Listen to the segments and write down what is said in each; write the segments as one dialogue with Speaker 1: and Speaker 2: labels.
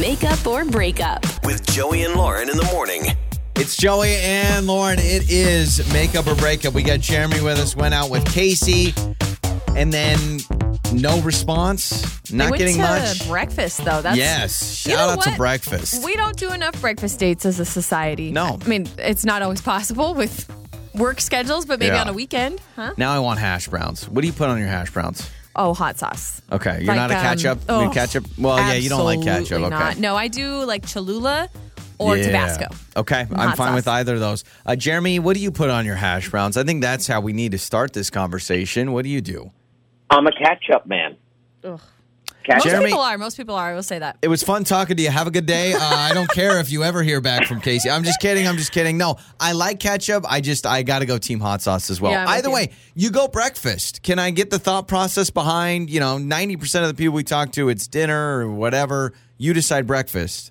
Speaker 1: Makeup or breakup.
Speaker 2: with Joey and Lauren in the morning.
Speaker 3: It's Joey and Lauren. It is makeup or breakup. We got Jeremy with us, went out with Casey, and then no response.
Speaker 4: I
Speaker 3: Not
Speaker 4: went
Speaker 3: getting
Speaker 4: to
Speaker 3: much.
Speaker 4: breakfast though. That's
Speaker 3: yes.
Speaker 4: You know
Speaker 3: Shout out to
Speaker 4: what?
Speaker 3: breakfast.
Speaker 4: We don't do enough breakfast dates as a society.
Speaker 3: No.
Speaker 4: I mean, it's not always possible with work schedules, but maybe
Speaker 3: Yeah.
Speaker 4: on a weekend, huh?
Speaker 3: now I want hash browns. What do you put on your hash browns?
Speaker 4: Oh, hot sauce.
Speaker 3: Okay. You're not a
Speaker 4: Like, um,
Speaker 3: ketchup?
Speaker 4: oh,
Speaker 3: you ketchup? Well, yeah, you don't like ketchup.
Speaker 4: absolutely
Speaker 3: Okay.
Speaker 4: not. No, I do like Cholula or
Speaker 3: Yeah.
Speaker 4: Tabasco.
Speaker 3: Okay, I'm
Speaker 4: hot
Speaker 3: fine
Speaker 4: sauce.
Speaker 3: with either of those. Uh, Jeremy, what do you put on your hash browns? I think that's how we need to start this conversation. What do you do?
Speaker 5: I'm a catch-up man.
Speaker 4: Most
Speaker 3: Jeremy-
Speaker 4: people are. Most people are. I will say that.
Speaker 3: It was fun talking to you. Have a good day. Uh, I don't care if you ever hear back from Casey. I'm just kidding. I'm just kidding. No, I like ketchup. I just I got to go team hot sauce as well.
Speaker 4: Yeah, I'm with
Speaker 3: Either
Speaker 4: you.
Speaker 3: way, you go breakfast. Can I get the thought process behind? You know, 90% of the people we talk to, it's dinner or whatever. You decide breakfast.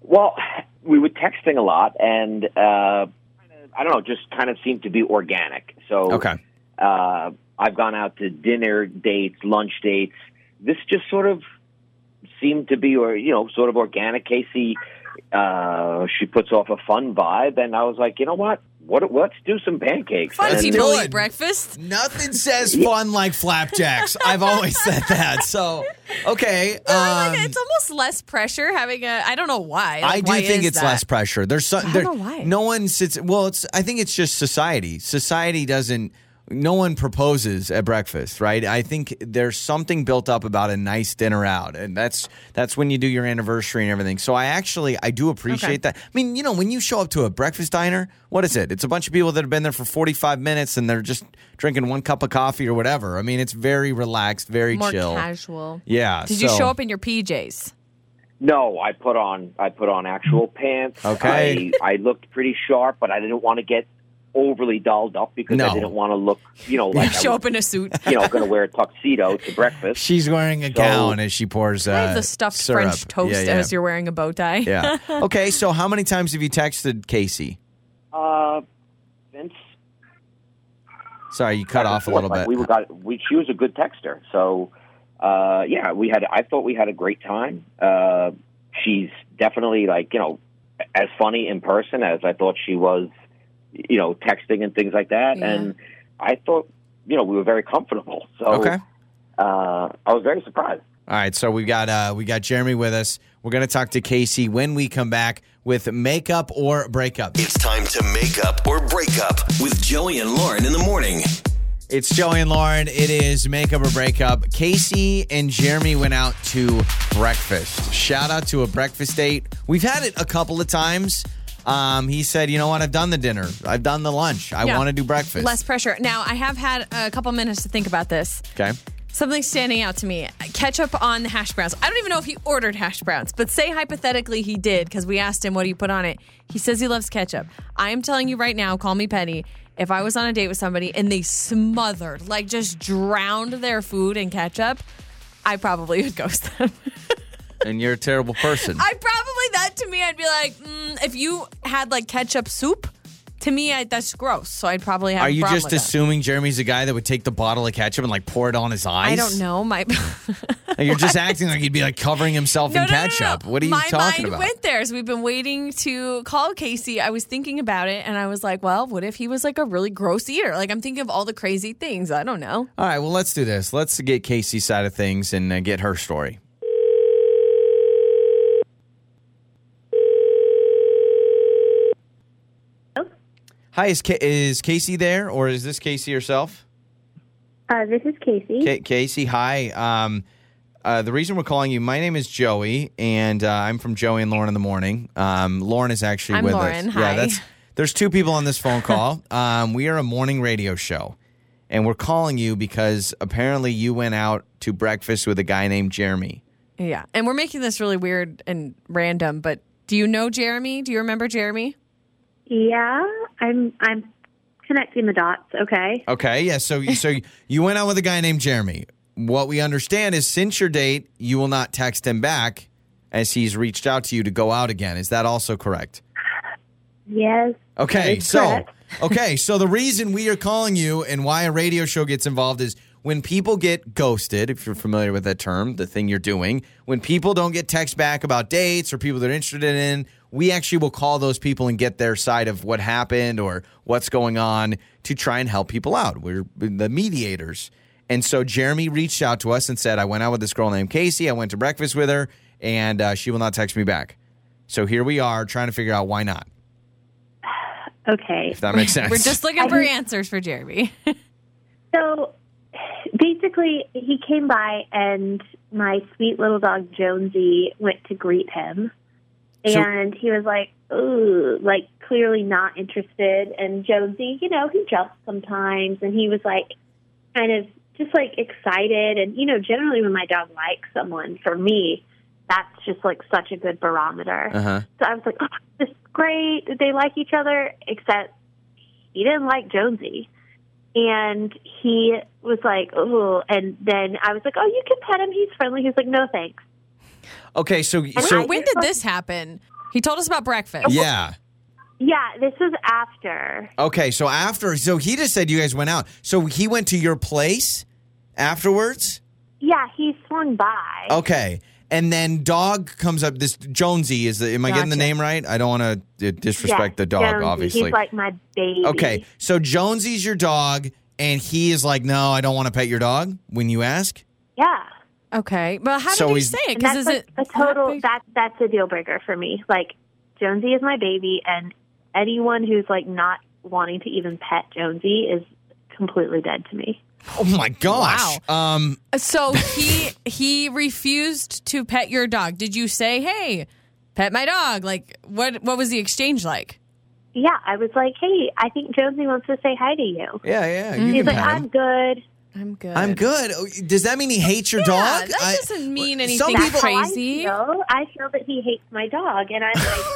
Speaker 5: Well, we were texting a lot, and uh, I don't know, just kind of seemed to be organic. So
Speaker 3: Okay.
Speaker 5: uh, I've gone out to dinner dates, lunch dates. This just sort of seemed to be, or you know, sort of organic. Casey, uh, she puts off a fun vibe, and I was like, you know what? What? Let's do some pancakes.
Speaker 4: Fun
Speaker 5: And-
Speaker 4: people
Speaker 3: do it.
Speaker 4: eat breakfast.
Speaker 3: Nothing says fun like flapjacks. I've always said that. So, okay.
Speaker 4: I like
Speaker 3: um,
Speaker 4: it. it's almost less pressure having a. I don't know why. Like,
Speaker 3: I do
Speaker 4: why
Speaker 3: think
Speaker 4: is
Speaker 3: it's
Speaker 4: that?
Speaker 3: less pressure. There's some.
Speaker 4: don't
Speaker 3: there-
Speaker 4: know why.
Speaker 3: No one sits. Well, it's. I think it's just society. Society doesn't. No one proposes at breakfast, right? I think there's something built up about a nice dinner out, and that's that's when you do your anniversary and everything. So I actually I do appreciate that. I mean, you know, when you show up to a breakfast diner, what is it? It's a bunch of people that have been there for 45 minutes and they're just drinking one cup of coffee or whatever. I mean, it's very relaxed, very
Speaker 4: more
Speaker 3: chill.
Speaker 4: casual.
Speaker 3: Yeah.
Speaker 4: Did you
Speaker 3: so-
Speaker 4: show up in your PJs?
Speaker 5: No, I put on I put on actual pants.
Speaker 3: Okay.
Speaker 5: I, I looked pretty sharp, but I didn't want to get overly dolled up because
Speaker 3: No.
Speaker 5: I didn't want to look, you know, like I
Speaker 4: Show
Speaker 5: was,
Speaker 4: up in a suit.
Speaker 5: you know, going to wear a tuxedo to breakfast.
Speaker 3: She's wearing a gown as she pours uh,
Speaker 4: I have the stuffed
Speaker 3: syrup.
Speaker 4: French toast
Speaker 3: Yeah, yeah.
Speaker 4: as you're wearing a bow tie.
Speaker 3: yeah. Okay, so how many times have you texted Casey?
Speaker 5: Uh, Vince
Speaker 3: Sorry, you cut off a little
Speaker 5: like,
Speaker 3: bit.
Speaker 5: We were got we she was a good texter, so uh, yeah, we had I thought we had a great time. Uh, she's definitely like you know as funny in person as I thought she was, you know, texting and things like that,
Speaker 4: Yeah.
Speaker 5: and I thought you know we were very comfortable. So
Speaker 3: Okay.
Speaker 5: uh, I was very surprised.
Speaker 3: All right, so we got uh, we got Jeremy with us. We're gonna talk to Casey when we come back with makeup or breakup.
Speaker 2: It's time to make up or break up with Joey and Lauren in the morning.
Speaker 3: It's Joey and Lauren. It is makeup or breakup. Casey and Jeremy went out to breakfast. Shout out to a breakfast date. We've had it a couple of times. Um, he said, "You know what? I've done the dinner. I've done the lunch. I
Speaker 4: Yeah.
Speaker 3: want to do breakfast."
Speaker 4: Less pressure. Now, I have had a couple minutes to think about this.
Speaker 3: okay.
Speaker 4: Something's standing out to me. Ketchup on the hash browns. I don't even know if he ordered hash browns, but say hypothetically he did because we asked him, what do you put on it? He says he loves ketchup. I am telling you right now, call me petty. If I was on a date with somebody and they smothered, like just drowned their food in ketchup, I probably would ghost them.
Speaker 3: And you're a terrible person.
Speaker 4: I probably that to me, I'd be like, mm, if you had like ketchup soup, to me, I, that's gross. So I'd probably have.
Speaker 3: Are
Speaker 4: a
Speaker 3: you
Speaker 4: problem
Speaker 3: just
Speaker 4: with that.
Speaker 3: assuming Jeremy's a guy that would take the bottle of ketchup and like pour it on his eyes?
Speaker 4: I don't know. My
Speaker 3: Like, you're just acting like he'd be like covering himself
Speaker 4: No,
Speaker 3: in
Speaker 4: no, no, no,
Speaker 3: ketchup.
Speaker 4: no.
Speaker 3: What are you
Speaker 4: My
Speaker 3: talking
Speaker 4: mind
Speaker 3: about?
Speaker 4: went there. So we've been waiting to call Casey. I was thinking about it, and I was like, well, what if he was like a really gross eater? Like I'm thinking of all the crazy things. I don't know.
Speaker 3: All right, well, let's do this. Let's get Casey's side of things and uh, get her story. Hi, is, Ca is Casey there or is this Casey herself?
Speaker 6: Uh, this is Casey.
Speaker 3: Ca Casey, hi. Um, uh, the reason we're calling you, my name is Joey, and uh, I'm from Joey and Lauren in the morning. Um, Lauren is actually
Speaker 4: I'm
Speaker 3: with
Speaker 4: Lauren.
Speaker 3: us.
Speaker 4: Hi.
Speaker 3: Yeah, that's. There's two people on this phone call. um, we are a morning radio show, and we're calling you because apparently you went out to breakfast with a guy named Jeremy.
Speaker 4: Yeah, and we're making this really weird and random. But do you know Jeremy? Do you remember Jeremy?
Speaker 6: Yeah, I'm I'm connecting the dots. Okay.
Speaker 3: Okay, yeah. So so you went out with a guy named Jeremy. What we understand is since your date, you will not text him back, as he's reached out to you to go out again. Is that also correct?
Speaker 6: Yes.
Speaker 3: Okay,
Speaker 6: That is
Speaker 3: so
Speaker 6: correct.
Speaker 3: okay, so the reason we are calling you and why a radio show gets involved is when people get ghosted, if you're familiar with that term, the thing you're doing, when people don't get text back about dates or people they're interested in, we actually will call those people and get their side of what happened or what's going on to try and help people out. We're the mediators. And so Jeremy reached out to us and said, I went out with this girl named Casey. I went to breakfast with her, and uh, she will not text me back. So here we are trying to figure out why not,
Speaker 6: Okay.
Speaker 3: if that makes sense.
Speaker 4: We're just looking for
Speaker 6: I-
Speaker 4: answers for Jeremy.
Speaker 6: So basically, he came by, and my sweet little dog Jonesy went to greet him,
Speaker 3: So-
Speaker 6: and he was like, "Ooh," like clearly not interested. And Jonesy, you know, he jumps sometimes, and he was like, kind of just like excited. And you know, generally when my dog likes someone, for me, that's just like such a good barometer.
Speaker 3: Uh-huh.
Speaker 6: So I was like, oh, this is great. They like each other, except he didn't like Jonesy. And he was like, oh, and then I was like, oh, you can pet him. He's friendly. He was like, no, thanks.
Speaker 3: Okay, so
Speaker 6: So-
Speaker 4: when did this happen? He told us about breakfast.
Speaker 3: yeah.
Speaker 6: Yeah, this was after.
Speaker 3: Okay, so after, so he just said you guys went out. So he went to your place afterwards?
Speaker 6: Yeah, he swung by.
Speaker 3: Okay. And then dog comes up. This Jonesy is the, am I getting the
Speaker 4: Gotcha.
Speaker 3: name right? I don't want to
Speaker 6: Yeah,
Speaker 3: disrespect the dog,
Speaker 6: Jonesy.
Speaker 3: obviously.
Speaker 6: He's like my baby.
Speaker 3: okay, so Jonesy's your dog, and he is like, no, I don't want to pet your dog when you ask.
Speaker 6: Yeah.
Speaker 4: Okay. Well, how
Speaker 3: So
Speaker 4: did he
Speaker 3: he's-
Speaker 4: say it?
Speaker 6: And
Speaker 4: Because
Speaker 6: that's
Speaker 4: is
Speaker 6: like
Speaker 4: it
Speaker 6: a
Speaker 4: that
Speaker 6: total,
Speaker 4: big?
Speaker 6: that, that's a deal breaker for me. Like, Jonesy is my baby, and anyone who's like not wanting to even pet Jonesy is completely dead to me.
Speaker 3: Oh my gosh. Um,
Speaker 4: So he he refused to pet your dog. Did you say, "Hey, pet my dog"? Like what what was the exchange like?
Speaker 6: Yeah, I was like, hey, I think Jonesy wants to say hi to you.
Speaker 3: yeah, yeah. You
Speaker 6: He's
Speaker 3: can
Speaker 6: like,
Speaker 3: pet
Speaker 6: I'm
Speaker 3: him.
Speaker 6: good.
Speaker 4: I'm good.
Speaker 3: I'm good. Oh, Does that mean he hates your
Speaker 4: Yeah,
Speaker 3: dog?
Speaker 4: that
Speaker 3: I-
Speaker 4: doesn't mean anything
Speaker 3: Some people,
Speaker 4: crazy.
Speaker 6: How I feel, I feel that he hates my dog, and I'm like,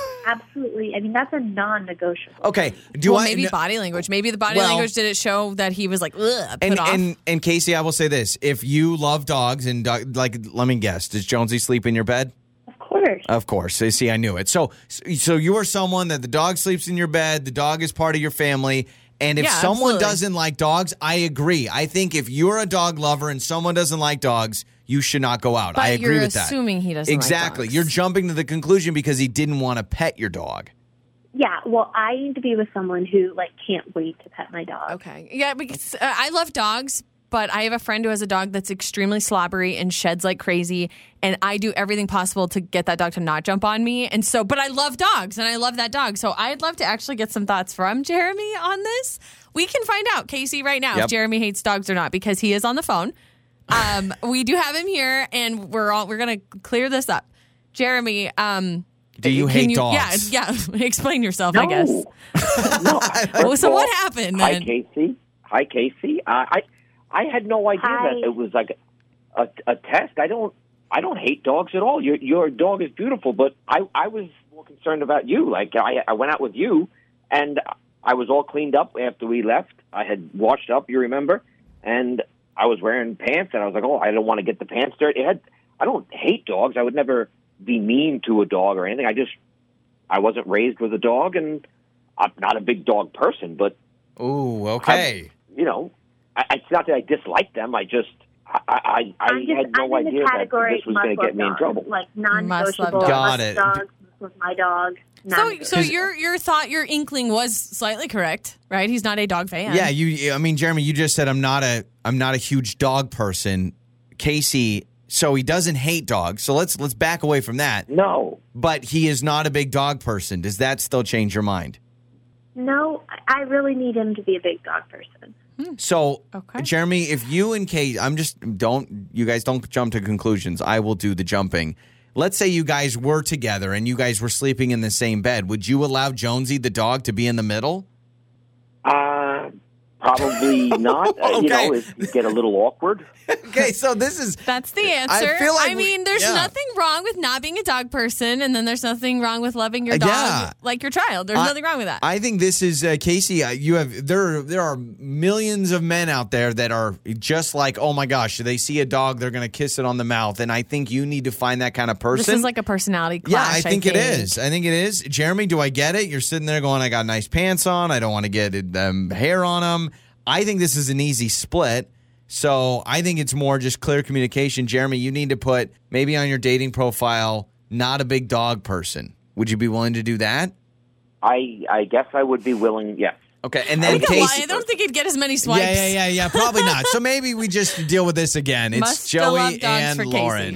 Speaker 6: absolutely. I mean, that's a non-negotiable.
Speaker 3: okay. Do
Speaker 4: well,
Speaker 3: I
Speaker 4: maybe
Speaker 3: no-
Speaker 4: body language. Maybe the body
Speaker 3: Well-
Speaker 4: language did it show that he was like, Ugh, put
Speaker 3: and,
Speaker 4: off.
Speaker 3: and and Casey, I will say this: if you love dogs and dog, like, let me guess, does Jonesy sleep in your bed?
Speaker 6: Of course.
Speaker 3: Of course. See, see, I knew it. So, so you are someone that the dog sleeps in your bed. The dog is part of your family. And if
Speaker 4: Yeah,
Speaker 3: someone
Speaker 4: absolutely.
Speaker 3: doesn't like dogs, I agree. I think if you're a dog lover and someone doesn't like dogs, you should not go out.
Speaker 4: But
Speaker 3: I agree
Speaker 4: you're
Speaker 3: with that.
Speaker 4: assuming he doesn't like
Speaker 3: exactly.
Speaker 4: dogs.
Speaker 3: You're jumping to the conclusion because he didn't want to pet your dog.
Speaker 6: Yeah. Well, I need to be with someone who like can't wait to pet my dog.
Speaker 4: okay. Yeah, because uh, I love dogs, but I have a friend who has a dog that's extremely slobbery and sheds like crazy, and I do everything possible to get that dog to not jump on me. And so, but I love dogs and I love that dog. So I'd love to actually get some thoughts from Jeremy on this. We can find out, Casey, right now
Speaker 3: Yep.
Speaker 4: if Jeremy hates dogs or not because he is on the phone. Um, we do have him here, and we're all we're gonna clear this up. Jeremy, um,
Speaker 3: Do you
Speaker 4: Can
Speaker 3: hate dogs?
Speaker 4: Yeah, yeah. Explain yourself, I
Speaker 5: No.
Speaker 4: guess.
Speaker 5: no.
Speaker 4: Oh, so
Speaker 5: Well,
Speaker 4: what happened
Speaker 5: Hi,
Speaker 4: then?
Speaker 5: Casey. Hi, Casey. Uh, I I had no idea
Speaker 6: Hi.
Speaker 5: that it was like a, a test. I don't I don't hate dogs at all. Your your dog is beautiful, but I I was more concerned about you. Like I I went out with you, and I was all cleaned up after we left. I had washed up. You remember, and I was wearing pants, and I was like, oh, I don't want to get the pants dirty. It had I don't hate dogs. I would never be mean to a dog or anything. I just I wasn't raised with a dog, and I'm not a big dog person, but
Speaker 3: Ooh,
Speaker 4: Um,
Speaker 3: okay.
Speaker 5: you know, I, it's not that I dislike them. I just, I, I, I
Speaker 6: I'm just,
Speaker 5: had no
Speaker 6: I'm in
Speaker 5: idea
Speaker 6: the
Speaker 5: that
Speaker 6: category
Speaker 5: this was
Speaker 6: must
Speaker 5: going to get
Speaker 6: love
Speaker 5: me in
Speaker 6: dogs.
Speaker 5: trouble.
Speaker 6: Like non-negotiable.
Speaker 4: Must love
Speaker 3: Got it.
Speaker 6: Must dogs must love my dog.
Speaker 4: So, so
Speaker 6: non-negotiable.
Speaker 4: your your thought, your inkling was slightly correct, right? He's not a dog fan.
Speaker 3: Yeah, you. I mean, Jeremy, you just said I'm not a I'm not a huge dog person. Casey, so he doesn't hate dogs. So let's let's back away from that.
Speaker 5: No,
Speaker 3: But he is not a big dog person. Does that still change your mind?
Speaker 6: no, I- I really need him to be a big dog person.
Speaker 3: So,
Speaker 4: Okay.
Speaker 3: Jeremy, if you and Kate, I'm just don't you guys don't jump to conclusions. I will do the jumping. Let's say you guys were together and you guys were sleeping in the same bed. Would you allow Jonesy the dog to be in the middle?
Speaker 5: uh, probably not. Uh, You know,
Speaker 3: Okay.
Speaker 5: it could get a little awkward.
Speaker 3: Okay, so this is
Speaker 4: that's the answer.
Speaker 3: feel like
Speaker 4: I
Speaker 3: we-
Speaker 4: mean, there's
Speaker 3: yeah.
Speaker 4: nothing wrong with not being a dog person, and then there's nothing wrong with loving your
Speaker 3: Uh,
Speaker 4: dog
Speaker 3: yeah.
Speaker 4: like your child. There's
Speaker 3: I-
Speaker 4: nothing wrong with that.
Speaker 3: I think this is uh, Casey. Uh, you have there. There are millions of men out there that are just like, oh my gosh, they see a dog, they're gonna kiss it on the mouth, and I think you need to find that kind of person.
Speaker 4: this is like a personality
Speaker 3: yeah,
Speaker 4: clash.
Speaker 3: I think, it is. I think it is. Jeremy, do I get it? You're sitting there going, I got uh, nice pants on. I don't want to get um, hair on them. I think this is an easy split. So I think it's more just clear communication. Jeremy, you need to put maybe on your dating profile, not a big dog person. Would you be willing to do that?
Speaker 5: I I guess I would be willing. Yes.
Speaker 3: Okay, and then
Speaker 4: I think a lot-
Speaker 3: Casey.
Speaker 4: I don't think he'd get as many swipes.
Speaker 3: Yeah, yeah, yeah, yeah. Probably not. So maybe we just deal with this again. It's
Speaker 4: Must still love
Speaker 3: Joey
Speaker 4: dogs
Speaker 3: and
Speaker 4: for
Speaker 3: Lauren.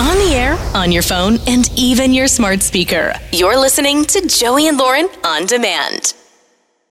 Speaker 1: On the air, on your phone, and even your smart speaker. You're listening to Joey and Lauren on demand.